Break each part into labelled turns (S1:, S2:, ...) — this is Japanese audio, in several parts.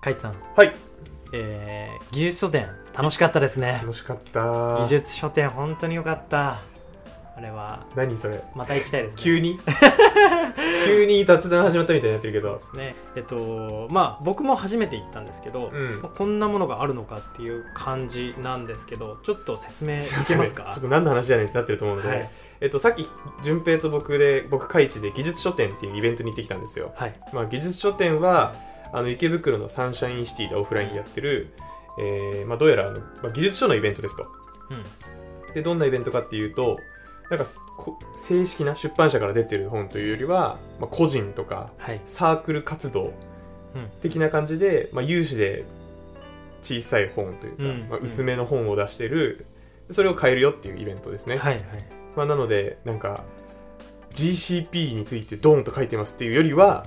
S1: カイさん、
S2: はい
S1: えー、技術書店楽しかったですね
S2: 楽しかった
S1: 技術書店本当に良かったあれは
S2: 何それ
S1: また行きたいですね
S2: 急 に急に雑談始まったみたいになってるけ
S1: そう
S2: ど
S1: ですねえっとまあ僕も初めて行ったんですけど、
S2: うん
S1: まあこんなものがあるのかっていう感じなんですけどちょっと説明いけます か
S2: ちょっと何の話やねんってなってると思うので、
S1: はい
S2: えっと、さっき順平と僕で僕開智で技術書店っていうイベントに行ってきたんですよ、
S1: はい
S2: まあ、技術書店はあの池袋のサンシャインシティでオフラインでやってる、えーまあ、どうやらあの、まあ、技術書のイベントですと
S1: うん
S2: でどんなイベントかっていうとなんかすこ正式な出版社から出てる本というよりは、まあ、個人とか
S1: はい
S2: サークル活
S1: う
S2: 動
S1: ん
S2: 的な感じで、まあ、有志で小さい本というか、
S1: うん
S2: まあ、薄めの本を出してるそれを買えるよっていうイベントですね、
S1: はいはい
S2: まあ、なのでなんか GCP についてドーンと書いてますっていうよりは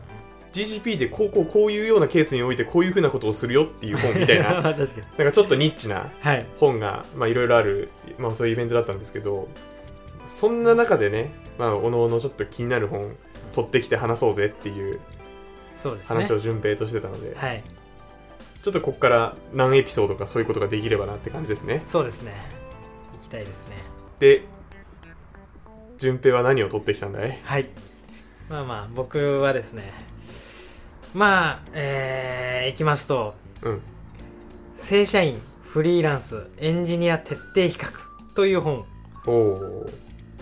S2: GCP でこうこうこういうようなケースにおいてこういうふうなことをするよっていう本 みたいな
S1: 確かに
S2: なんかちょっとニッチな
S1: はい
S2: 本がまあいろいろある、まあ、そういうイベントだったんですけどそんな中でね、まあ、おのおのちょっと気になる本取ってきて話そうぜっていう
S1: そうですね
S2: 話を順平としてたので、
S1: はい
S2: ちょっとここから何エピソードかそういうことができればなって感じですね
S1: そうですね行きたいですね
S2: で順平は何を取ってきたんだい
S1: はいまあまあ僕はですねまあえー、いきますと
S2: うん
S1: 正社員フリーランスエンジニア徹底比較という本を
S2: おおー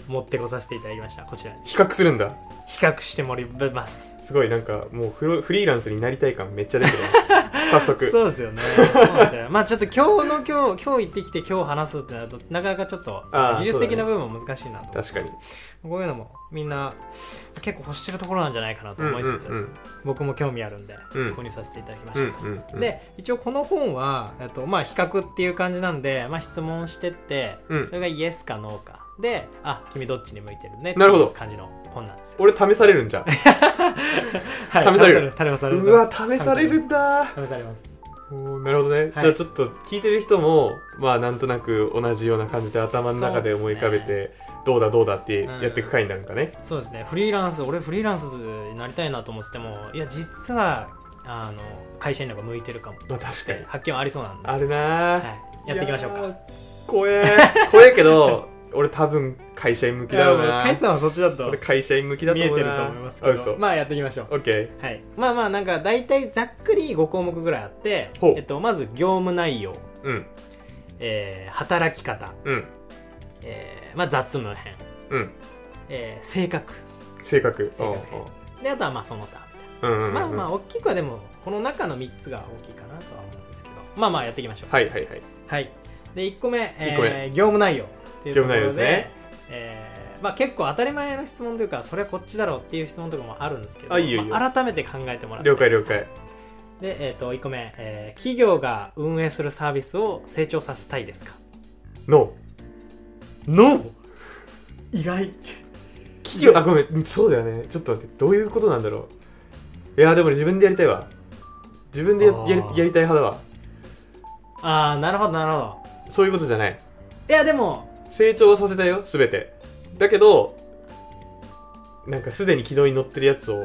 S1: 持ってこさせていただきましたこちらに
S2: 比較するんだ
S1: 比較してもらいます
S2: すごいなんかもうフロフリーランスになりたい感めっちゃ出てる わ早速
S1: そうですよねそうですよまあちょっと今日の今日今日行ってきて今日話すってなるとなかなかちょっと
S2: あー
S1: 技術的な部分も難しいなと、
S2: 確かに
S1: こういうのもみんな結構欲してるところなんじゃないかなと思いつつ、
S2: うんうん
S1: 僕も興味あるんで
S2: うん
S1: 購入させていただきま
S2: うん
S1: したと、
S2: うんうん
S1: で一応この本は、えっとまあ、比較っていう感じなんで、まあ、質問してって、
S2: うん
S1: それがイエスかノーかであ君どっちに向いてるねって
S2: なるほ
S1: い
S2: ど
S1: う感じの本なんですよ、
S2: 俺試されるんじゃん
S1: はい、
S2: 試される
S1: 試されます試されます
S2: うわ試されるんだ
S1: 試されます
S2: おーなるほどね、
S1: はい
S2: じゃあちょっと聞いてる人もまあなんとなく同じような感じで頭の中で思い浮かべ
S1: そう
S2: て、どうだどうだってやっていく回になるんかね、
S1: そうですねフリーランス俺フリーランスになりたいなと思っててもいや実はあの会社員の方が向いてるかもっ
S2: まあ確か
S1: て
S2: に
S1: 発見はありそうなんで、は
S2: あるなー、
S1: い、やっていきましょうか
S2: いやー怖え怖えけど 俺多分会社員向きだろうな
S1: カイさんはそっちだと
S2: 俺会社員向きだと
S1: 見え
S2: 思う
S1: て
S2: な
S1: ると思います
S2: あ
S1: け
S2: 嘘
S1: どまあやっていきましょう
S2: オッケー
S1: はい、まあまあなんか大体ざっくり5項目ぐらいあって
S2: ほう、
S1: えっと、まず業務内容、
S2: うん
S1: えー働き方、
S2: うん
S1: えーまあ、雑務編、
S2: うん
S1: えー性格
S2: 性格
S1: 性格であとはまあその他みたい
S2: うんうんうんうん
S1: な、まあまあ大きくはでもこの中の3つが大きいかなとは思うんですけどまあまあやっていきましょう
S2: はいはいはい
S1: はいで1個目,、えー
S2: 一個目
S1: 業務内容っていうところで
S2: 業務内容ですね
S1: えーまあ、結構当たり前の質問というかそれはこっちだろうっていう質問とかもあるんですけど
S2: あいいよいいよ
S1: まあ改めて考えてもらって
S2: 了解了解
S1: で、えー、と1個目、えー企業が運営するサービスを成長させたいですか
S2: ノ
S1: ノー意外
S2: ー企業あごめんそうだよねちょっと待ってどういうことなんだろういやでも俺自分でやりたいわ自分でや
S1: あ
S2: や
S1: ー
S2: りやりたい派だわ
S1: ああなるほどなるほど
S2: そういうことじゃない
S1: いやでも
S2: 成長はさせたよ全てだけどなんかすでに軌道に乗ってるやつを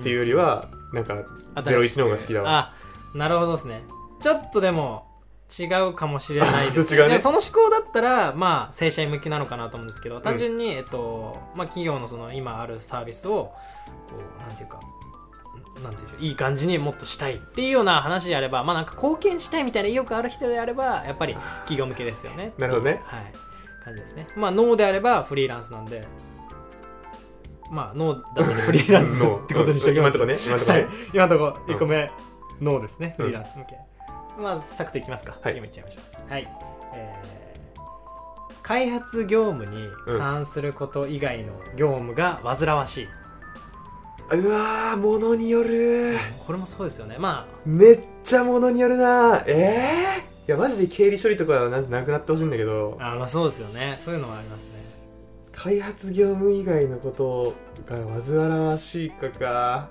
S2: っていうよりは、なんか
S1: 新し
S2: 01
S1: く
S2: の方が好きだわ
S1: あなるほどですねちょっとでも違うかもしれないです、
S2: 違うね
S1: でその思考だったらまあ正社員向きなのかなと思うんですけど単純に、えっとまあ、企業のその今あるサービスをこうなんていうかなんていうんでしょういい感じにもっとしたいっていうような話であれば、まあ、なんか貢献したいみたいな意欲ある人であればやっぱり企業向けですよね
S2: なるほどね
S1: はい感じですねまあノーであればフリーランスなんでまあノー だったらフリーランス
S2: ノー
S1: ってことにしておきます
S2: 今んとこね今んとこね、
S1: はい 今のところ1個目、ノーですね
S2: う
S1: フリ
S2: ん
S1: ーランス向け、まあサクッといきますか、
S2: はい
S1: 次もいっちゃいましょうはいえー開発業務に関すること以外の業務が煩わしい、
S2: うわー物による
S1: これもそうですよねま
S2: めっちゃ物によるなええー、いやマジで経理処理とかはななくなってほしいんだけど
S1: ああーまあそうですよねそういうのはありますね
S2: 開発業務以外のことが煩わしいかか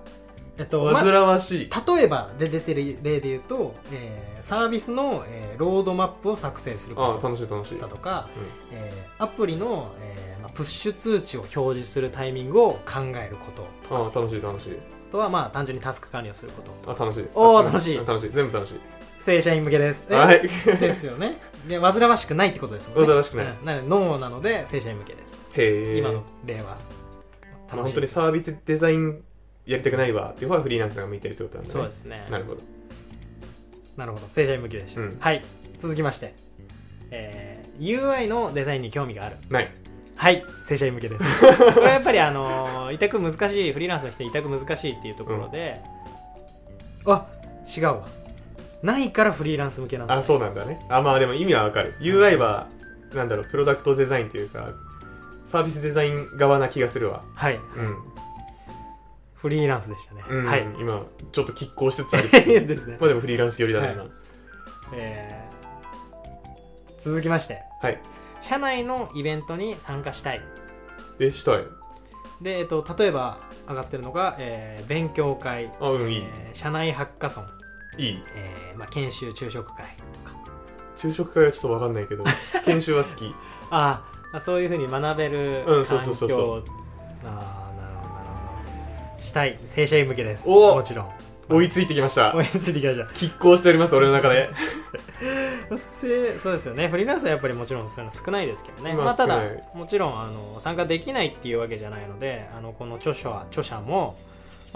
S1: えっと、ま
S2: 煩わしい、
S1: 例えばで出てる例で言うと、えーサービスの、えーロードマップを作成する
S2: あ
S1: こ
S2: 楽しい楽し
S1: と
S2: い
S1: だとか、えーアプリの、えーまあ、プッシュ通知を表示するタイミングを考えること
S2: あ楽しい楽しい
S1: とはまあ単純にタスク管理をすること
S2: あ楽しい
S1: おー
S2: あ
S1: 楽しい
S2: 楽しい全部楽しい
S1: 正社員向けですえ
S2: はい
S1: ですよねで煩わしくないってことですもんね
S2: 煩わしくない
S1: うんなので脳なので正社員向けです、
S2: へえ
S1: 今の例は
S2: まあ本当にサービスデザインやりたくないわっていう方はフリーランスが向いてるってことなんだね
S1: そうですね
S2: なるほど
S1: なるほど正社員向けでした、
S2: うん
S1: はい続きまして、えー UI のデザインに興味がある
S2: ない
S1: はい正社員向けです これはやっぱりあのー委託難しいフリーランスの人委託難しいっていうところで、あ違うわないからフリーランス向けなん
S2: あ
S1: です
S2: そうなんだねあまあでも意味はわかる UI はなんだろうプロダクトデザインというかサービスデザイン側な気がするわ
S1: はい
S2: うん、
S1: フリーランスでしたね、
S2: うん
S1: はい
S2: 今ちょっと拮抗しつつあ る
S1: ですね
S2: まあでもフリーランス寄りだね、
S1: はい
S2: 今
S1: えー続きまして
S2: はい
S1: 社内のイベントに参加したい
S2: えしたい
S1: で、えっと、例えば上がってるのが、えー勉強会、
S2: あうん
S1: え
S2: いい、
S1: ー社内ハッカソン、
S2: いい
S1: えーまあ、研修昼食会とか
S2: 昼食会はちょっとわかんないけど研修は好き
S1: ああそういうふうに学べる
S2: う
S1: 環
S2: んそうそうそうそ
S1: 境ああなるほどなるほどしたい正社員向けです
S2: お
S1: もちろん
S2: 追いついてきました
S1: 応援ついてきまし
S2: 拮抗しております俺の中で
S1: たせそうですよねフリーランスはやっぱりもちろんそういうの少ないですけどね、
S2: まあ
S1: まあ、ただ
S2: 少ない
S1: もちろんあの参加できないっていうわけじゃないのであのこの著者は著者も、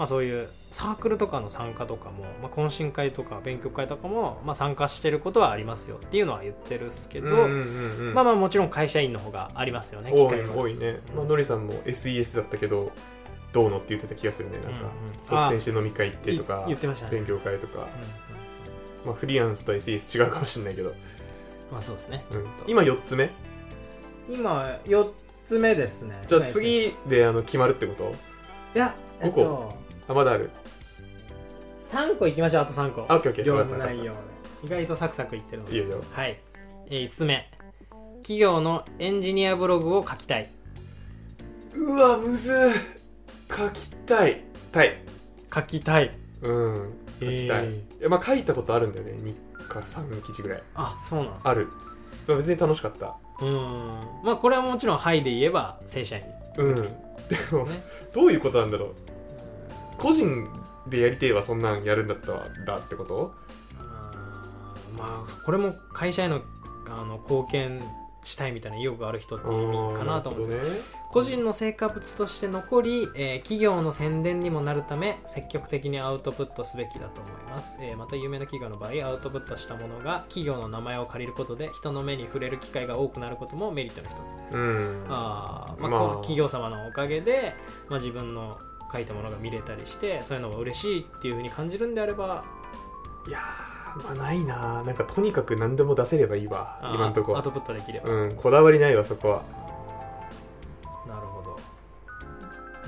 S1: まあ、そういうサークルとかの参加とかも、まあ、懇親会とか勉強会とかも、まあ、参加してることはありますよっていうのは言ってるっすけど、
S2: うんうんうんうん
S1: まあまあもちろん会社員の方がありますよね機
S2: 多
S1: 会
S2: い
S1: は
S2: 多いね、まあのりさんも SES だったけどどうのって言ってた気がするねなんか、
S1: うんうん
S2: 率先して飲み会行ってとか
S1: い言ってましたね、
S2: 勉強会とか、
S1: うんうん
S2: まあ、フリーランスと SES 違うかもしれないけど、
S1: まあそうですね
S2: うん
S1: と
S2: 今4つ目
S1: 今4つ目ですね
S2: じゃあ次であの決まるってこと
S1: いや、えっ
S2: 五
S1: と、
S2: あまだある
S1: 3個いきましょうあと3個
S2: あオッケーオッケー
S1: 業
S2: わか
S1: 務
S2: ったわかった
S1: 内容で意外とサクサクいってるの
S2: いい
S1: で
S2: よいいよ
S1: はい、えー、5つ目企業のエンジニアブログを書きたいう
S2: わむずー書きたいたい
S1: 書きたい
S2: うん書きたい、
S1: え
S2: えまあ、書いたことあるんだよね2か3記事ぐらい
S1: あそうなんです
S2: ある、まあ、別に楽しかった
S1: うーんまあこれはもちろん「はい」で言えば正社員
S2: うんで
S1: です
S2: も
S1: ね
S2: どういうことなんだろう個人でやりてえわそんなんやるんだったらってこと
S1: あーまあこれも会社へのあの貢献したいみたいな意欲がある人っていう意味かなと思うんですけど
S2: ね
S1: 個人の成果物として残り、えー企業の宣伝にもなるため積極的にアウトプットすべきだと思います、えーまた有名な企業の場合アウトプットしたものが企業の名前を借りることで人の目に触れる機会が多くなることもメリットの一つです、
S2: うん
S1: あーまあ
S2: まあ
S1: この企業様のおかげで、まあ、自分の書いたものが見れたりしてそういうのが嬉しいっていうふうに感じるんであれば
S2: いやーまあないなーなんかとにかく何でも出せればいいわ
S1: あー
S2: 今んとこ
S1: アウ
S2: は
S1: トプットできれば、
S2: うんこだわりないわそこは
S1: なるほど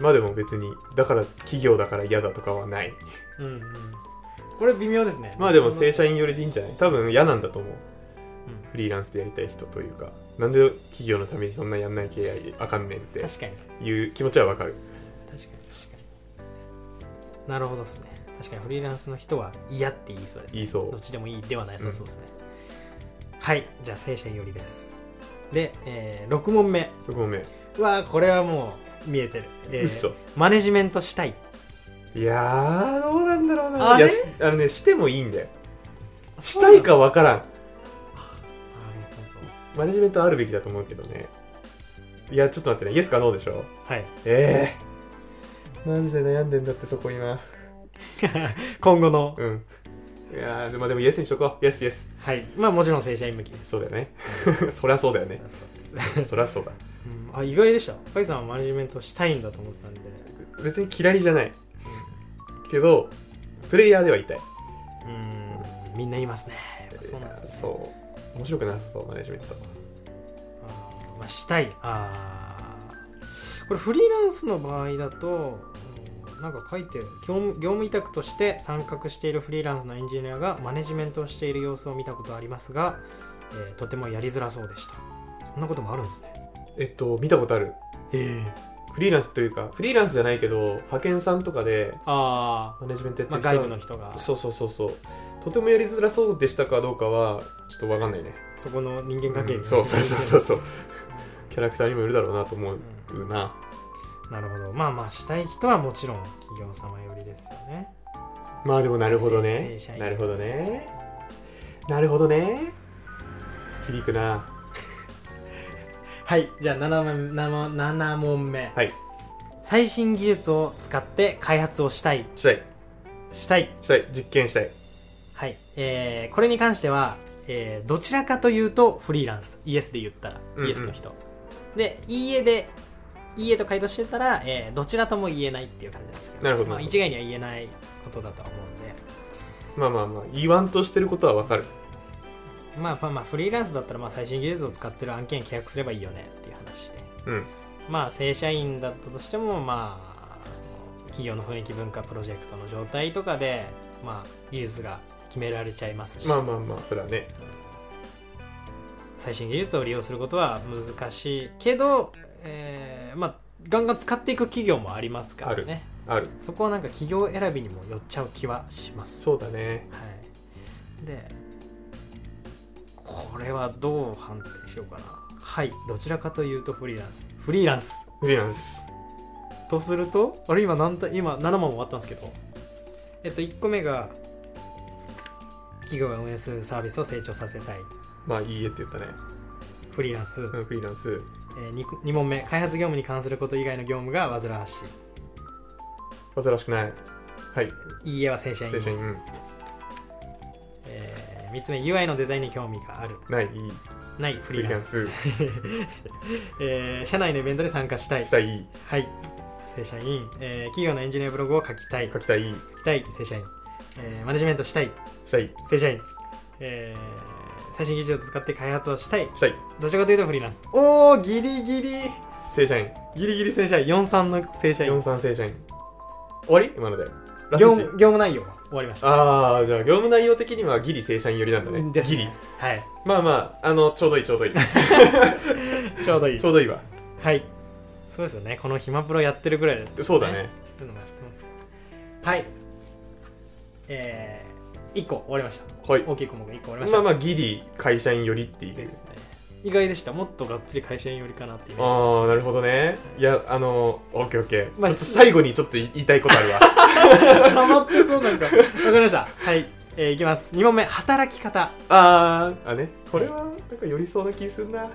S2: まあでも別にだから企業だから嫌だとかはない
S1: うんうんこれ微妙ですね
S2: まあでも
S1: 正
S2: 正
S1: 社
S2: 社員寄りでいいんじゃない多分嫌なんだと思う
S1: うん
S2: フリーランスでやりたい人というかなんで企業のためにそんなやんないけ合いあかんねんって
S1: 確かに
S2: いう気持ちはわかる
S1: 確かに確かになるほどですね確かにフリーランスの人は嫌って言いそうですね
S2: 言いそう
S1: どっちでもいいではないそうそうですね、はいじゃあ正社員よりですで、え6問目
S2: ごめん、
S1: はこれはもう見えてる、えー
S2: 嘘
S1: マネジメントしたい
S2: いやーどうなんだろうな
S1: あれ
S2: いやしあのねしてもいいんだよしたいかわからん
S1: なるほ
S2: マネジメントあるべきだと思うけどねいやちょっと待ってねイエスかノーでしょ
S1: どはい
S2: ええマジで悩んでんだってそこ今
S1: 今後の、
S2: うんいやーでもでもイエスにしとこうイエスイエス
S1: はいまあもちろん正社員向きです
S2: そうだよね そりゃそうだよね
S1: そうです、
S2: そりゃそうだ
S1: うんあ意外でしたカイさんはマネジメントしたいんだと思ってたんで
S2: 別に嫌いじゃないけどプレイヤーではいたい
S1: うんみんな言いますねそうなんですね
S2: そう面白くなさそうマネジメント
S1: あーまあ、したいあーこれフリーランスの場合だとうんなんか書いてる業務業務委託として参画しているフリーランスのエンジニアがマネジメントをしている様子を見たことありますが、えーとてもやりづらそうでしたそんなこともあるんですね
S2: えっと見たことある
S1: え
S2: フリーランスというかフリーランスじゃないけど派遣さんとかで
S1: あ
S2: マネジメント
S1: ー
S2: やって
S1: まあ
S2: る人
S1: 外部の人がそ
S2: そうそうそうそうとてもやりづらそうでしたかどうかはちょっとわかんないね
S1: この人間関係に、
S2: うんそうそうそうそうそうキャラクターにもよるだろうなと思うな
S1: なるほどまあまあしたい人はもちろん企業様よりですよね
S2: まあでもなるほどね
S1: 正社員
S2: なるほどねなるほどね響くな
S1: はいじゃあ 7, 問 7, 7問目、
S2: はい
S1: 最新技術を使って開発をしたい
S2: したい
S1: したい
S2: したい実験したい
S1: はいえー、これに関しては、えー、どちらかというとフリーランスイエスで言ったら、
S2: うんうん
S1: イエスの人でいいえでいいえと回答してたら、えー、どちらとも言えないっていう感じなんですけど
S2: なるほど
S1: まあ、一概には言えないことだとは思うんで
S2: まあまあまあ言わんとしてることはわかる
S1: まあまあまあフリーランスだったらまあ最新技術を使ってる案件契約すればいいよねっていう話で
S2: うん
S1: まあ正社員だったとしてもまあその企業の雰囲気文化プロジェクトの状態とかでまあ技術が決められちゃいますし、
S2: まあまあまあそれはね
S1: 最新技術を利用することは難しいけど、えーまあガンガン使っていく企業もありますからね
S2: ある
S1: そこはなんか企業選びにも寄っちゃう気はします
S2: そうだね
S1: はい、でこれはどう判定しようかなはいどちらかというとフリーランスフリーランス
S2: フリーランス
S1: とするとあれ今何た今7問終わったんですけどえっと1個目が企業が運営するサービスを成長させたい
S2: まあいいえって言ったね
S1: フリーランス、
S2: うんフリーランス
S1: え 2, 2問目開発業務に関すること以外の業務が煩わし
S2: 煩わしくないはい
S1: いいいえは正社員
S2: 正社員うん
S1: え3つ目 UI のデザインに興味がある
S2: ないいい
S1: ないフ
S2: フ
S1: リー
S2: リー
S1: ラ
S2: ラ
S1: ン
S2: ン
S1: ス
S2: ス
S1: えー社内のイベントに参加したい
S2: したい
S1: はい正社員、えー企業のエンジニアブログを書きたい
S2: 書きたい
S1: 書きたい正社員、えーマネジメントしたい
S2: したい
S1: 正社員、えー最新技術を使って開発をしたい
S2: したい
S1: どちらかというとフリーランスおおギリギリ
S2: 正社員
S1: ギリギリ正社員43の正社員
S2: 43正社員終わり今のでラ
S1: 業
S2: ス
S1: 務
S2: ト
S1: 業務内容は終わりました
S2: ああじゃあ業務内容的にはギリ正社員寄りなんだね
S1: です
S2: ギ
S1: ね
S2: リ
S1: はい
S2: まあまああのちょうどいいちょう どいいち
S1: ちょうどいい
S2: ょうどいいわ
S1: はいそうですよねこの暇プロやってるぐらいです
S2: そうだね
S1: そういうのもやってますはいえー、1個終わりました
S2: はい
S1: 大きい項目1個終わりました
S2: まあまあギリ会社員寄りってい
S1: で
S2: う
S1: すね意外でしたもっとがっつり会社員寄りかなっていう
S2: ああなるほどねいやあのオッケーオッケーちょ
S1: まあ
S2: っと最後にちょっと言いたいことあるわ
S1: たまってそうなんかわかりましたはい、えーいきます2問目働き方
S2: あーあねこれはなんか寄りそうな気するな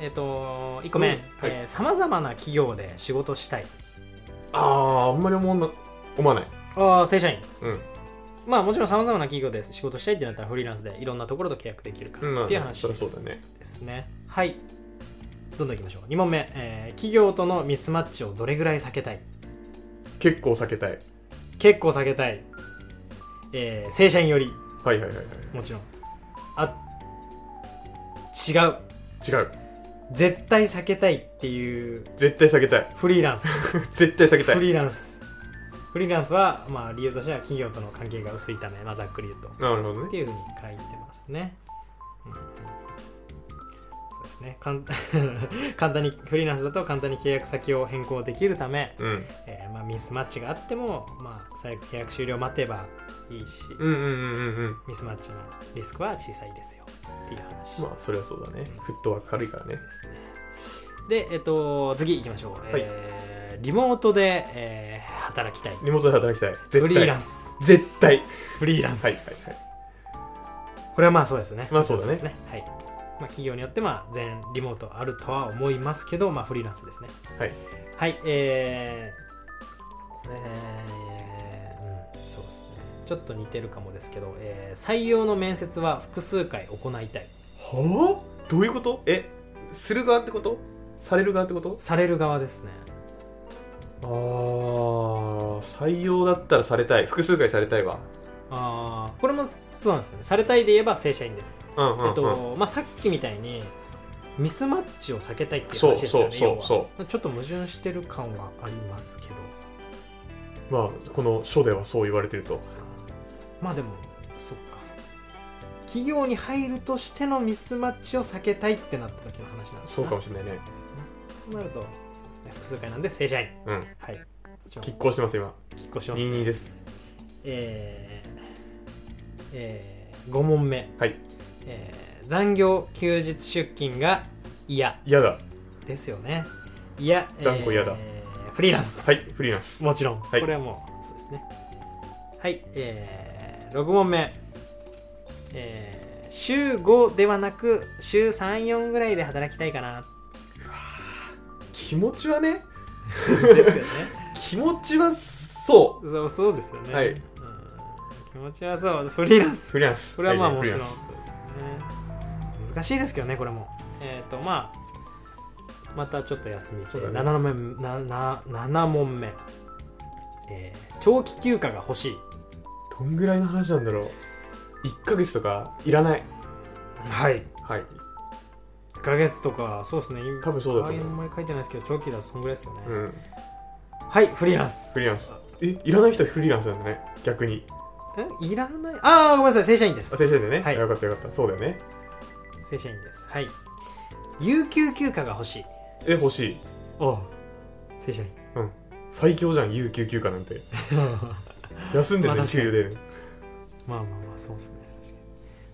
S1: えっ、と1個目
S2: うんはい
S1: さまざまな企業で仕事したい
S2: あああんまり思わな思わない
S1: ああ正社員
S2: うん
S1: まあもちろんさまざまな企業で仕事したいってなったらフリーランスでいろんなところと契約できるか
S2: うんま
S1: ら
S2: あ
S1: っていう話
S2: そり
S1: で
S2: ゃそうだね
S1: すね、はいどんどんいきましょう2問目、えー企業とのミスマッチをどれぐらい避けたい
S2: 結構避けたい
S1: 結構避けたい、えー正社員より
S2: はいはいはいはい
S1: もちろんあ違う
S2: 違う
S1: 絶対避けたいっていう
S2: 絶対避けたい
S1: フリーランス
S2: 絶対避けた
S1: フ
S2: い
S1: リーランスフリーランスは、まあ、理由としては企業との関係が薄いため、まあ、ざっくり言うとっ
S2: なるほどね
S1: ていうふうに書いてますね、うんうんそうですねかん 簡単にフリーランスだと簡単に契約先を変更できるため、
S2: うん
S1: えーまあ、ミスマッチがあっても、まあ、最悪契約終了待てばいいし、
S2: うんうんうんうんうん
S1: ミスマッチのリスクは小さいですよっていう話
S2: まあそりゃそうだねフットワーク軽いからね
S1: ですねでえっと次行きましょう、
S2: はい
S1: えーリモートで、えー働きたい
S2: リモートで働きたい
S1: フ
S2: 絶
S1: リーラン
S2: 対
S1: ス
S2: 絶対はい
S1: フリーランス、
S2: はいはい
S1: これはまあそうですね
S2: まあそうだね
S1: ですねはい、まあ、企業によってまあ全リモートあるとは思いますけどまあフリーランスですね
S2: はい
S1: はいえー、これうんそうですねちょっと似てるかもですけど、えー採用の面接は複数回行いたい
S2: はあどういうことえする側ってことされる側ってこと
S1: される側ですね
S2: あー採用だったらされたい複数回されたいわ
S1: ああこれもそうなんですよねされたいで言えば正社員です
S2: うんうん、うん、
S1: えっとまあ、さっきみたいにミスマッチを避けたいっていう
S2: そう
S1: 話です
S2: そ
S1: よ
S2: う
S1: ね
S2: そう
S1: 要は
S2: そ
S1: ちょっと矛盾してる感はありますけど
S2: うまあこの書ではそう言われてると
S1: まあでもそっか企業に入るとしてのミスマッチを避けたいってなった時の話なんです
S2: そうかもしれないね
S1: ですねそうなるとそうですね複数回なんで正社員
S2: うん
S1: はいじゃあ
S2: 拮抗してます今
S1: きっこします
S2: 22です
S1: えーえー、5問目
S2: はい
S1: えー残業休日出勤が嫌
S2: 嫌だ
S1: ですよねいや
S2: 断固嫌だ
S1: えーフリーランス、
S2: はいフリーランス
S1: もちろん、
S2: はい
S1: これはもうそうですねはいえー、6問目えー、週5ではなく週34ぐらいで働きたいかな
S2: 気持ちはね
S1: ですよね
S2: 気持ちは そ
S1: そうそうですよね、
S2: はい
S1: うん、気持ちはそうフリーラン
S2: う
S1: ス
S2: フリーランス
S1: これはまあも
S2: フ
S1: ち
S2: リー
S1: ろ
S2: ラ
S1: ん
S2: ン
S1: そ
S2: ス
S1: うですよね難しいですけどねこれもえっ、とまあまたちょっと休み、て
S2: そうだね
S1: 7問目なな7問目、えー長期休暇が欲しい
S2: どんぐらいの話なんだろう1ヶ月とかいらない
S1: はい
S2: はい
S1: 1ヶ月とかそうですね今
S2: 多分そうだと思う
S1: あんまり書いてないですけど長期だとそんぐらいですよね、
S2: うん
S1: はいフリーランス
S2: フリーランスえいらない人はフリーランスなんだね逆に
S1: えいらないああごめんなさい正社員で
S2: あ
S1: す
S2: 先生でね、
S1: はい
S2: よかったよかったそうだよね
S1: 正社員ですはい有給休暇が欲しい
S2: え欲しい
S1: お正社員
S2: 最強じゃん有給休暇なんて 休んで
S1: ま
S2: る
S1: あ確
S2: のに
S1: かに
S2: 給料出る
S1: まあまあまあそうですね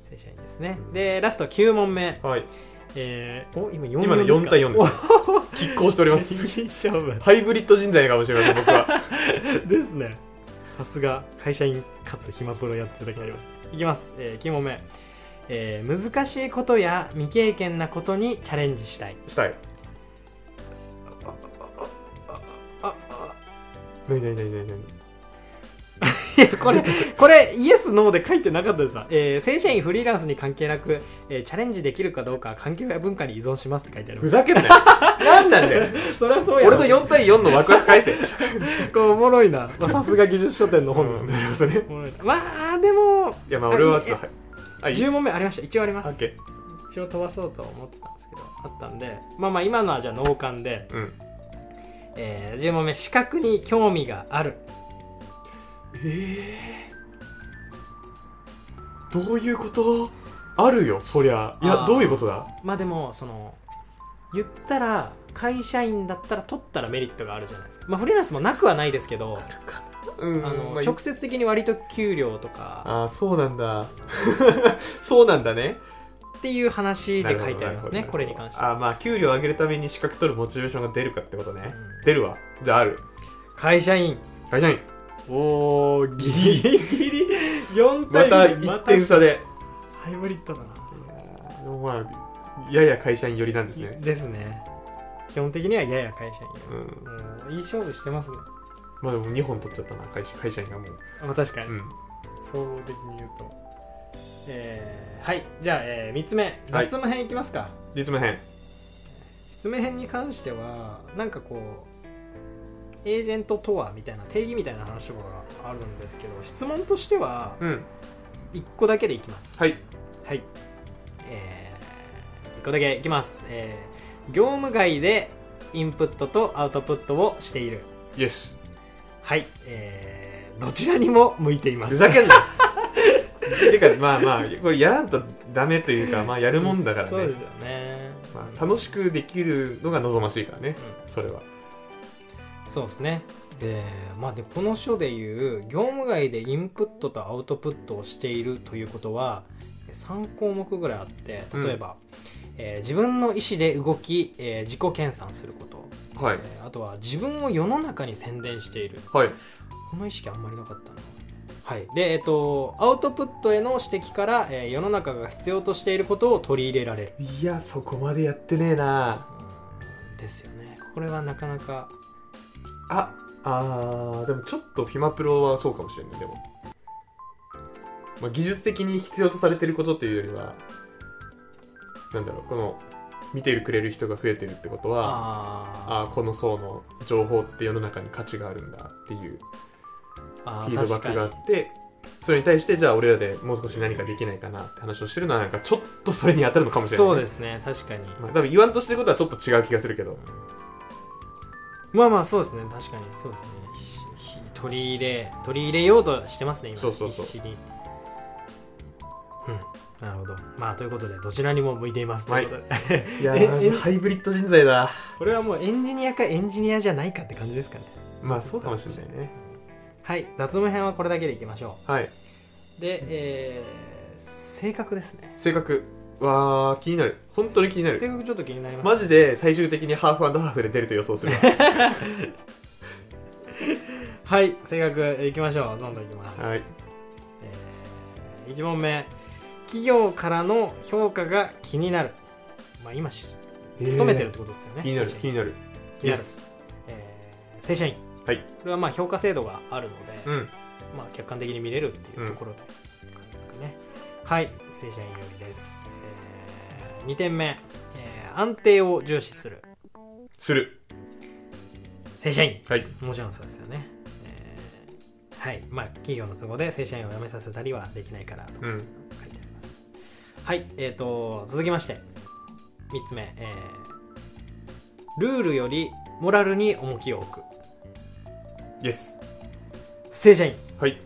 S1: 正社員ですね、でラスト9問目
S2: はい
S1: えー、お今4
S2: 今の4対4です拮抗しております
S1: いい勝負
S2: ハイブリッド人材かもしれません僕は
S1: ですねさすが会社員かつ暇プロやってるだけありますいきます、えー、9問目、えー、難しいことや未経験なことにチャレンジしたい
S2: したい
S1: あ
S2: なになになになになに
S1: いやこれこれイエスノーで書いてなかったですわ、えー、正社員フリーランスに関係なく、えー、チャレンジできるかどうかは環境や文化に依存しますって書いてありま
S2: ふ
S1: す
S2: ざけんなよなんなんだよ
S1: そりゃそうや
S2: 俺
S1: ろ
S2: の4対4のワクワク返せ
S1: こうおもろい なまあさすが技術書店の本ですね、
S2: なるほどね
S1: おもろいなまあでも
S2: いやまあ俺はちょっとはい
S1: 10問目ありました一応ありま
S2: オッ
S1: す
S2: ケ
S1: 一応飛ばそうと思ってたんですけどあったんでまあまあ今のはじゃあ脳幹で、
S2: ーうん
S1: えー、10問目視覚に興味がある
S2: どういうことあるよそりゃ
S1: あ
S2: いや
S1: ー
S2: どういうことだ
S1: まあでもその言ったら会社員だったら取ったらメリットがあるじゃないですかまあフリーランスもなくはないですけど
S2: う
S1: あの
S2: まあ
S1: 直接的に割と給料とか
S2: ああそうなんだ そうなんだね
S1: っていう話で書いてありますねこれに関しては
S2: あーまあ給料上げるために資格取るモチベーションが出るかってことね、
S1: うん
S2: 出るわじゃあある
S1: 会社員
S2: 会社員
S1: おーギ リギリ4
S2: ま
S1: 対
S2: た
S1: 2
S2: 1点差で、
S1: ハイブリッドだな
S2: でもまあやや会社員寄りなんですね
S1: ですね基本的にはやや会社員
S2: う
S1: よ
S2: ん
S1: うんいい勝負してますね
S2: まあでも2本取っちゃったな会社会社員がもう、
S1: あまあ確かに、
S2: うん、
S1: 総合的に言うとえー、はいじゃあ、え3つ目
S2: はい
S1: 雑務編いきますか、
S2: 実務編
S1: 実務編に関してはなんかこうエージェントとはみたいな定義みたいな話とかがあるんですけど質問としては
S2: うん
S1: 1個だけでいきます
S2: はい
S1: はいえー、1個だけいきますえー、業務外でインプットとアウトプットをしている
S2: イエス
S1: はい、えー、どちらにも向いていま
S2: ふ
S1: す。
S2: ざけんな てかまあまあこれやらんとダメというかまあやるもんだから
S1: そうで
S2: ね
S1: す、よね。
S2: まあ、楽しくできるのが望ましいからねそれは
S1: そうですね。えー、まあでこの書でいう業務外でインプットとアウトプットをしているということは3項目ぐらいあって例えば、えー自分の意思で動き、えー自己研鑽すること、
S2: はい
S1: えーあとは自分を世の中に宣伝している
S2: はい
S1: この意識あんまりなかったな。はい、で、えっと、アウトプットへの指摘から、えー世の中が必要としていることを取り入れられる。
S2: いやそこまでやってねえな
S1: ですよね。これはなかなか。
S2: ああーでもちょっとフィマプロはそうかもしれないでも、まあ、技術的に必要とされてることというよりはなんだろうこの見てくれる人が増えてるってことは
S1: あ
S2: ああーこの層の情報って世の中に価値があるんだっていう
S1: あ
S2: フィードバックがあってそれに対してじゃあ俺らでもう少し何かできないかなって話をしてるのはなんかちょっとそれに当たるのかもしれない、
S1: そうですね、確かに。
S2: まあ、多分言わんとしてることはちょっと違う気がするけど
S1: まあまあ、そうですね、確かに。そうですね。ひひ取り入れ、取り入れようとしてますね、今。
S2: そうそうそう
S1: 必死に。うん。なるほど。まあ、ということで、どちらにも向いています。ということで
S2: いや
S1: ええ
S2: ーハイブリッド人材だ
S1: これはもうエンジニアかエンジニアじゃないかって感じですかね。
S2: まあそうかもしれないね
S1: はい、雑務編はこれだけでいきましょう。
S2: はい
S1: で、えー、性格ですね
S2: 性格わー気になる本当に気にな
S1: 性
S2: る
S1: 格ちょっと気になります、
S2: マジで最終的にハーフハーフで出ると予想するわ
S1: はい正確いきましょうどんどんいきます、
S2: はい
S1: えー1問目企業からの評価が気になるまあ今し 勤めてるってことですよね、
S2: 気になる
S1: 正社
S2: 気
S1: 員
S2: になる
S1: 気になる
S2: Yes
S1: えー正社員
S2: はい
S1: これはまあ評価制度があるので、
S2: うん
S1: まあ、客観的に見れるっていうところで、感じですかねはい正社員よりです、え2点目、えー安定を重視する
S2: する
S1: 正社員
S2: はい
S1: もちろんそうですよね、えーはいまあ企業の都合で正社員を辞めさせたりはできないからとか
S2: うん
S1: 書いてあります、はいえー、と続きまして3つ目、えールールよりモラルに重きを置く
S2: イエス
S1: 正社員
S2: はい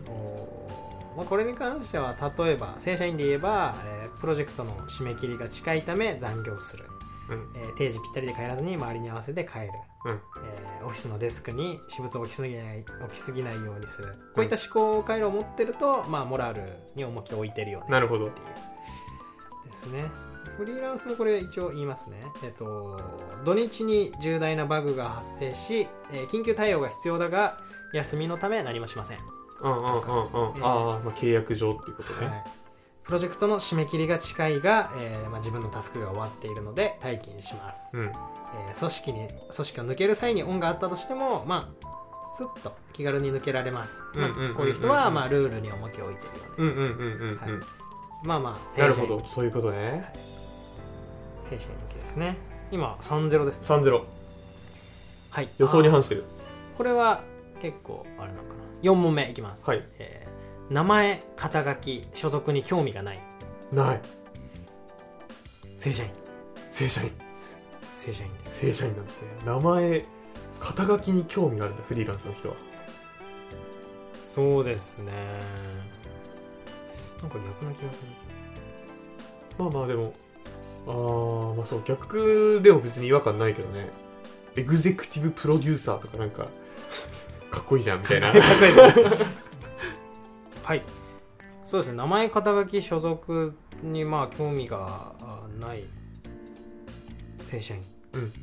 S1: まあ、これに関しては例えば正社員で言えば、えープロジェクトの締め切りが近いため残業する、
S2: うん
S1: えー定時ぴったりで帰らずに周りに合わせて帰る、
S2: うん
S1: えーオフィスのデスクに私物を置きすぎない置きすぎないようにするこういった思考回路を持ってると、まあ、モラルに重きを置いてるよね
S2: なるほど
S1: っていうですねフリーランスもこれ一応言いますねえっと土日に重大なバグが発生し、えー緊急対応が必要だが休みのため何もしません
S2: うんうんうんうんああまあ契約上っていうこと
S1: は
S2: ね
S1: い、プロジェクトの締め切りが近いが、えーまあ、自分のタスクが終わっているので退勤します、
S2: うん
S1: えー組織に組織を抜ける際に恩があったとしてもまあスッと気軽に抜けられます、まあ
S2: うんうんうんうん
S1: こういう人は、まあ、ルールに重きを置いてるよね、
S2: うんうんうんうん
S1: は
S2: う
S1: い
S2: ん
S1: まあまあ
S2: な
S1: 正
S2: る
S1: 社
S2: ほ
S1: 員
S2: どそういうことね
S1: 正社員の時ですね今30ですね
S2: 3ゼ0
S1: はい
S2: 予想に
S1: あー
S2: 反してる
S1: これは結構あれなのかな4問目いきます、
S2: はい
S1: えー名前肩書き所属に興味がない
S2: ない
S1: 正社員
S2: 正社員
S1: 正社員です
S2: 正社員なんですね名前肩書きに興味があるんだフリーランスの人は
S1: そうですねなんか逆な気がする
S2: まあまあでもああまあそう逆でも別に違和感ないけどねエグゼクティブプロデューサーとかなんかかっこいいじゃんみたいな
S1: はいそうですね名前肩書き所属にまあ興味があない正社員
S2: うん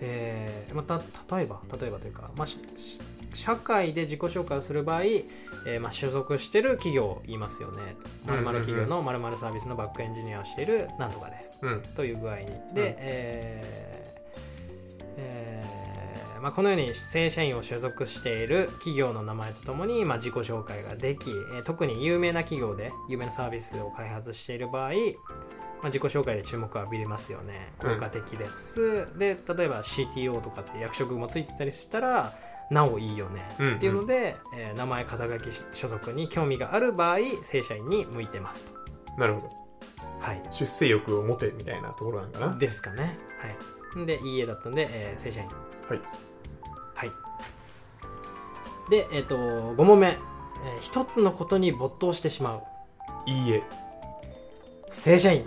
S1: えーまた例えば例えばというか、まあ、しし社会で自己紹介をする場合、えーまあ、所属してる企業を言いますよね
S2: うんうんうん
S1: まる企業のまるサービスのバックエンジニアをしているなんとかです
S2: うん
S1: という具合にで、
S2: うん
S1: えーえーまあ、このように正社員を所属している企業の名前とともに、まあ、自己紹介ができ、えー特に有名な企業で有名なサービスを開発している場合、まあ、自己紹介で注目を浴びれますよね
S2: うん
S1: 効果的です、で例えば CTO とかって役職もついてたりしたらなおいいよね、
S2: うん
S1: っていうので、えー名前肩書き所属に興味がある場合正社員に向いてますと。
S2: なるほど
S1: はい
S2: 出世欲を持てみたいなところなんかな
S1: ですかねはいでいい絵だったんで、えー正社員
S2: はい
S1: はいでえっ、と5問目、えー一つのことに没頭してしまう
S2: いいえ
S1: 正社 員、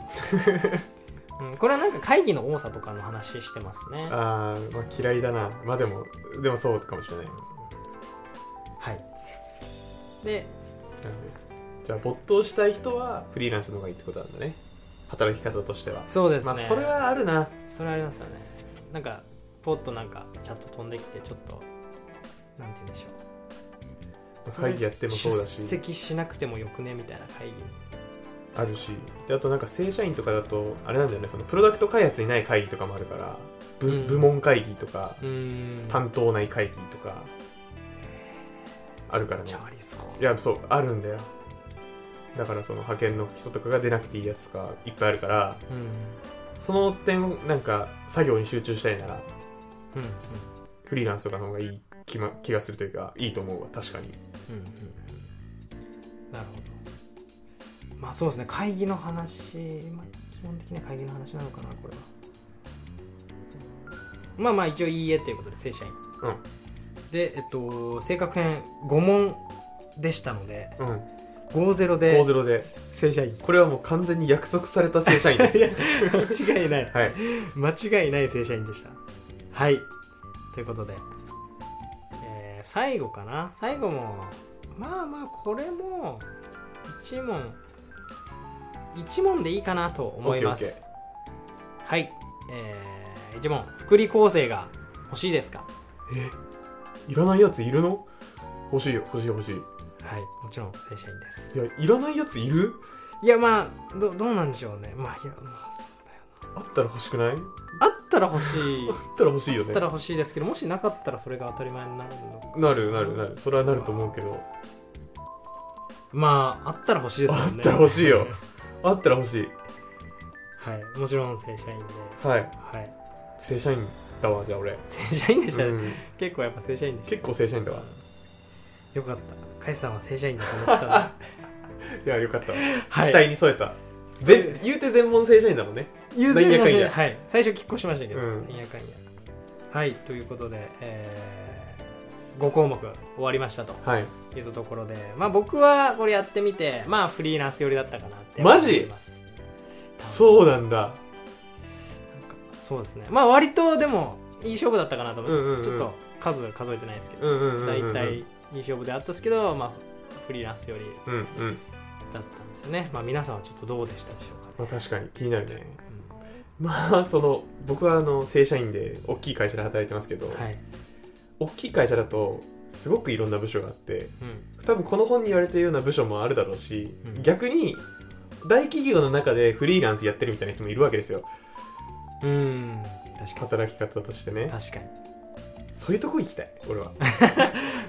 S1: うん、これはなんか会議の多さとかの話してますね
S2: あー、まあ嫌いだなまあでもでもそうかもしれないなんで
S1: はいで
S2: じゃあ没頭したい人はフリーランスの方がいいってことなんだね働き方としては
S1: そうですね、
S2: まあそれはあるな
S1: それはありますよねなんかポッとなんかチャット飛んできてちょっとなんて言うんでしょう
S2: 会議やってもそうだし
S1: 出席しなくてもよくねみたいな会議に
S2: あるしであとなんか正社員とかだとあれなんだよねそのプロダクト開発にない会議とかもあるからぶ
S1: うん
S2: 部門会議とか
S1: うーん
S2: 担当内会議とかあるからね
S1: じゃあありそう
S2: いやそうあるんだよだからその派遣の人とかが出なくていいやつとかいっぱいあるから
S1: うん
S2: その点なんか作業に集中したいなら
S1: うんうん
S2: フリーランスとかの方がいい気,、ま、気がするというかいいと思うわ確かに
S1: うんうんうんなるほどまあそうですね会議の話、まあ、基本的には会議の話なのかなこれはまあまあ一応いいえということで正社員
S2: うん
S1: でえっと性格編5問でしたので
S2: うん
S1: 50で
S2: 50で
S1: 正社員
S2: これはもう完全に約束された正社員です、
S1: 間違いない
S2: はい、
S1: 間違いない正社員でしたはいということで、えー最後かな最後もまあまあこれも1問1問でいいかなと思いますはいえー、1問福利厚生が欲しいですか
S2: いらないやついるの欲しい欲しい欲しい
S1: はいもちろん正社員です
S2: いやいらないやついる
S1: いやまあどどうなんでしょうねまあいやまあそうだよ
S2: あったら欲しくないあっ
S1: なあったら欲しい
S2: たら欲しいよ
S1: あっ
S2: ね
S1: たら欲しいですけどもしなかったらそれが当たり前になるの
S2: なるなるなるそれはなると思うけど
S1: まああったら欲しいですも
S2: あ
S1: ん
S2: っ
S1: ね
S2: たら欲しいよあったら欲しい
S1: はいもちろん正社員で
S2: はい
S1: はい
S2: 正社員だわじゃあ俺、
S1: 正社員でしたね、
S2: うん
S1: 結構やっぱ正社員でした
S2: 結構正社員だわ
S1: よかったカイさんは正社員だと思 ってたので
S2: いやよかったわ、
S1: はい
S2: 期待に添えた全言うて全問正社員だもんね
S1: 優
S2: なん
S1: 先
S2: や
S1: の
S2: かん
S1: せい
S2: や
S1: はい最初拮抗しましたけど、
S2: うん
S1: なんやかんやはいということで、え5項目終わりましたと
S2: はい
S1: いうところでまあ僕はこれやってみてまあフリーランス寄りだったかなって
S2: マジ
S1: 思います
S2: そうなんだ
S1: なんかそうですねまあ割とでもいい勝負だったかなと思って、
S2: うんうんうん
S1: ちょっと数数えてないですけど、
S2: うんうんうん、
S1: 大
S2: うん、
S1: 体いい勝負であったんですけどまあフリーランス寄り
S2: うんうん
S1: だったんですねまあ皆さんはちょっとどうでしたでしょうか
S2: まあ
S1: ね、
S2: 確かに気になるね
S1: うん
S2: まあその僕はあの正社員で大きい会社で働いてますけど、
S1: はい、
S2: 大きい会社だとすごくいろんな部署があって
S1: うん、
S2: 多分この本に言われてるような部署もあるだろうし、
S1: うん
S2: 逆に大企業の中でフリーランスやってるみたいな人もいるわけですよ
S1: うん確か
S2: 働き方として
S1: に
S2: ね
S1: 確かに
S2: そういうとこ行きたい俺は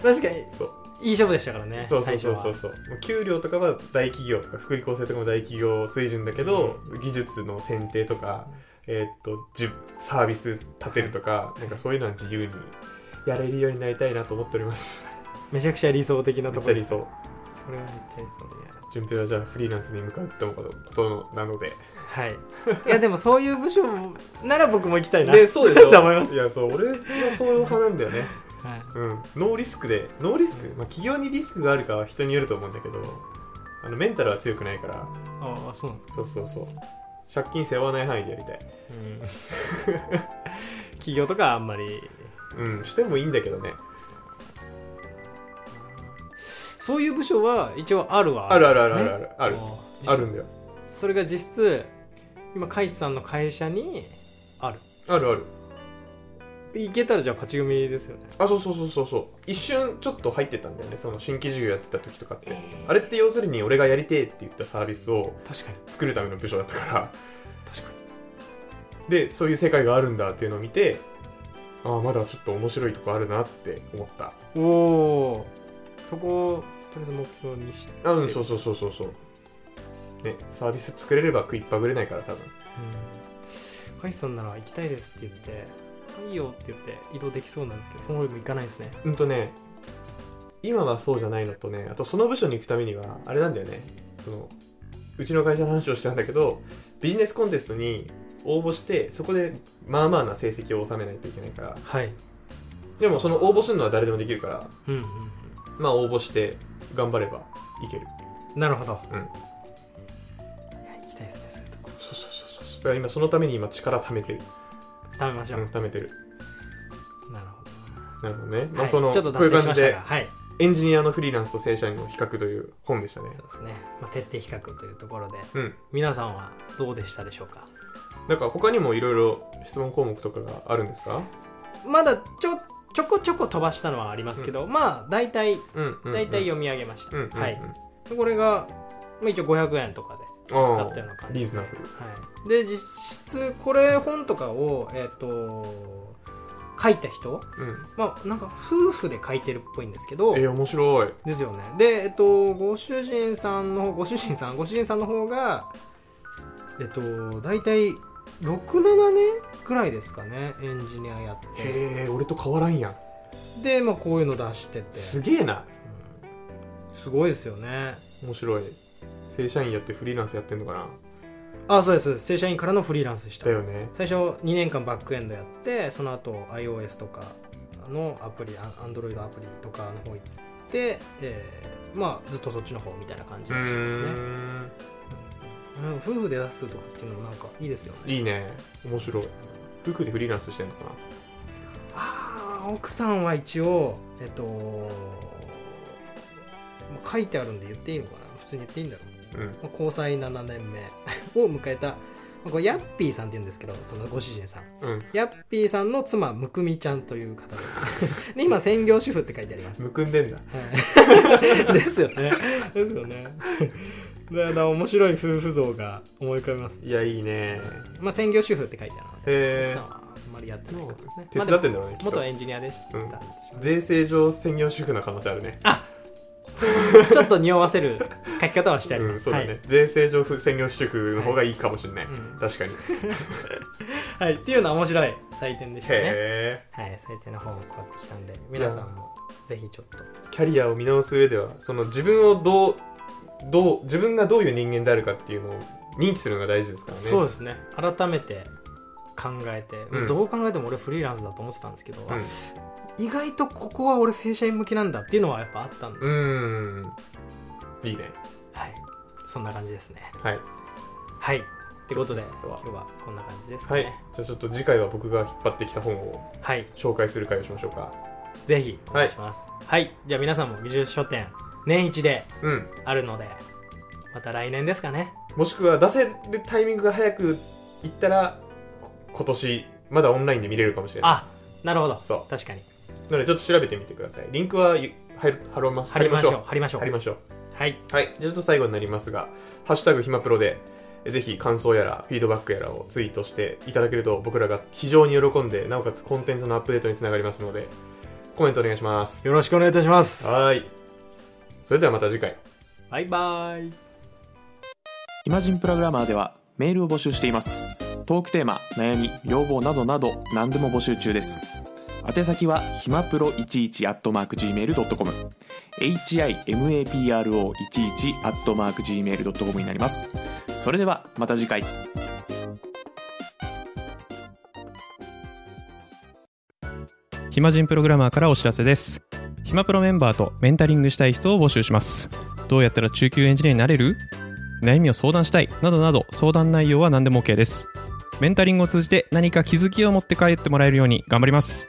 S1: 確かに
S2: そう
S1: いい勝負でしたからね
S2: そうそ
S1: 最
S2: う
S1: 初
S2: そう
S1: は
S2: そうそうもう給料とかは大企業とか福利厚生とかも大企業水準だけど、技術の選定とか、えーっとじゅサービス立てるとか、なんかそういうのは自由にやれるようになりたいなと思っております
S1: めちゃくちゃ理想的な
S2: め
S1: とこ
S2: っちゃ
S1: ろ
S2: 理
S1: です
S2: 想
S1: それはめっちゃ理想的な
S2: 順平はじゃあフリーランスに向かうってことなので
S1: はい いやでもそういう部署もなら僕も行きたいな
S2: でそうでしょ
S1: と思います
S2: いやそう俺はそういう派なんだよね
S1: はい
S2: うんノーリスクでノーリスク、まあ、企業にリスクがあるかは人によると思うんだけどあのメンタルは強くないから
S1: ああそうなんです
S2: そうそうそう借金背負わない範囲でやりたい
S1: うん 企業とかあんまり
S2: うんしてもいいんだけどね
S1: そういう部署は一応あるは
S2: あるあるある
S1: ん
S2: あ
S1: です
S2: る
S1: ね
S2: あるある
S1: ー
S2: あるんだよ
S1: それが実質今カイさんの会社にある
S2: あるある
S1: 行けたらじゃあ勝ち組ですよね
S2: あそうそうそうそうそう一瞬ちょっと入ってたんだよねその新規事業やってた時とかって、あれって要するに俺がやりてえって言ったサービスを
S1: 確かに
S2: 作るための部署だったから
S1: 確かに
S2: でそういう世界があるんだっていうのを見てああまだちょっと面白いとこあるなって思った
S1: おおそこをとりあえず目標にして
S2: あうんそうそうそうそうそうねサービス作れれば食いっぱぐれないから多分
S1: うん、カイさんなら行きたいですって言って、いいよって言って移動できそうなんですけど、その方も行かないですね。
S2: うんとね今はそうじゃないのとねあとその部署に行くためにはあれなんだよねそのうちの会社の話をしたんだけどビジネスコンテストに応募してそこでまあまあな成績を収めないといけないから
S1: はい。
S2: でもその応募するのは誰でもできるから
S1: うんうん
S2: まあ応募して頑張ればいける
S1: うん。なるほど。
S2: うん
S1: いや行きたいですね、そういうとこ。
S2: そうそうそうそうだから今そのために今力貯めてる、
S1: 食べましょう。
S2: うん、貯めてる
S1: なるほど。
S2: なるほどね、ま
S1: は
S2: あ
S1: い
S2: その
S1: ちょっと
S2: こうい
S1: 脱
S2: う
S1: 線しま
S2: 感じ
S1: した
S2: で
S1: が、はい。
S2: エンジニアのフリーランスと正社員の比較という本でしたね
S1: そうですね。まあ、徹底比較というところで、
S2: うん
S1: 皆さんはどうでしたでしょうか
S2: なんか他にもいろいろ質問項目とかがあるんですか
S1: まだちょ、ちょこちょこ飛ばしたのはありますけど、まあ、大体、
S2: うんうん、うん、
S1: 大体読み上げました。
S2: うんうんうん、
S1: はい。でこれが、まあ、一応500円とかで買
S2: あ
S1: ったような
S2: あ
S1: 感じで
S2: リーズナブル
S1: はい、で実質これ本とかをえっ、と書いた人
S2: うん
S1: まあなんか夫婦で書いてるっぽいんですけど
S2: えー、面白い
S1: ですよねでえっ、とご主人さんの方ご主人さんご主人さんの方がえっ、と大体67年くらいですかねエンジニアやって
S2: へえ俺と変わらんやん
S1: で、まあ、こういうの出してて
S2: すげえな
S1: すごいですよね
S2: 面白い正社員やってフリーランスやってんのかな
S1: あそうです正社員からのフリーランスでした
S2: だよね
S1: 最初2年間バックエンドやってその後 iOS とかのアプリアン Android アプリとかの方行って、えーまあずっとそっちの方みたいな感じ
S2: う
S1: でしたですね
S2: ーん
S1: うん夫婦で出すとかっていうのもなんかいいですよね
S2: いいね面白い夫婦でフリーランスしてんのかな
S1: ああ奥さんは一応えっともう書いてあるんで言っていいのかな普通に言っていいんだろう、
S2: うん
S1: まあ、交際7年目を迎えたこれヤッピーさんって言うんですけどそのご主人さん
S2: うん
S1: ヤッピーさんの妻むくみちゃんという 方ですで今専業主婦って書いてあります
S2: むくんでんだ
S1: はい ですよねですよねだから面白い夫婦像が思い浮かびます、
S2: いやいいね
S1: まあ、専業主婦って書いてあるので
S2: へ
S1: 奥
S2: え
S1: さんはあんまりやってないことですね
S2: 手
S1: まあ
S2: 伝って
S1: で
S2: ん
S1: も
S2: だろうねきっ
S1: 元
S2: と
S1: エンジニアでした
S2: うん
S1: でしょうね
S2: 税制上専業主婦な可能性あるね
S1: ちょっと匂わせる書き方はしてあり
S2: う
S1: ま
S2: ん
S1: す、
S2: そうだ
S1: はい
S2: ね税制上専業主婦の方がいいかもしれない
S1: うん
S2: 確かに
S1: はい、っていうのは面白い採点でしたね。
S2: へえ
S1: はい、採点の方も変わってきたんで、皆さんもぜひちょっと。
S2: キャリアを見直す上ではその自分をどうどう自分がどういう人間であるかっていうのを認知するのが大事ですからね
S1: そう
S2: う
S1: ですね。改めて考えて、
S2: うん
S1: どう考えても俺フリーランスだと思ってたんですけど、
S2: ん
S1: 意外とここは俺正社員向きなんだっていうのはやっぱあったんで、
S2: うーんいいね
S1: はい、そんな感じですね。
S2: はい、
S1: はい、ってことで今日はこんな感じですか
S2: はい
S1: ね。、
S2: じゃあちょっと次回は僕が引っ張ってきた本を
S1: はい、
S2: 紹介する回をしましょうか
S1: ぜひお願いします。はい、じゃあ皆さんも美術書店年一で
S2: うん
S1: あるので、また来年ですかね。
S2: もしくは出せるタイミングが早くいったらこ今年まだオンラインで見れるかもしれない
S1: あ、なるほど。
S2: そ
S1: 確かに。
S2: うなのでちょっと調べてみてくださいリンクはゆ貼る貼ろま
S1: 貼りましょう
S2: う。
S1: 貼りましょう。
S2: 貼りましょう
S1: はい。
S2: はいじゃあちょっと最後になりますが「ハッシュタグひまプロで」えぜひ感想やらフィードバックやらをツイートしていただけると僕らが非常に喜んでなおかつコンテンツのアップデートにつながりますのでコメントお願いします
S1: よろしくお願いいたします。
S2: はー。いそれではまた次回
S1: バイバイ。
S3: イマジンプログラマーではメールを募集していますトークテーマ悩み要望などなど何でも募集中です宛先はひまプロ11 at mark gmail.com himapro11 at mark gmail.com になりますそれではまた次回
S4: 暇人プログラマーからお知らせです暇プロメンバーとメンタリングしたい人を募集しますどうやったら中級エンジニアになれる悩みを相談したいなどなど相談内容は何でも OK ですメンタリングを通じて何か気づきを持って帰ってもらえるように頑張ります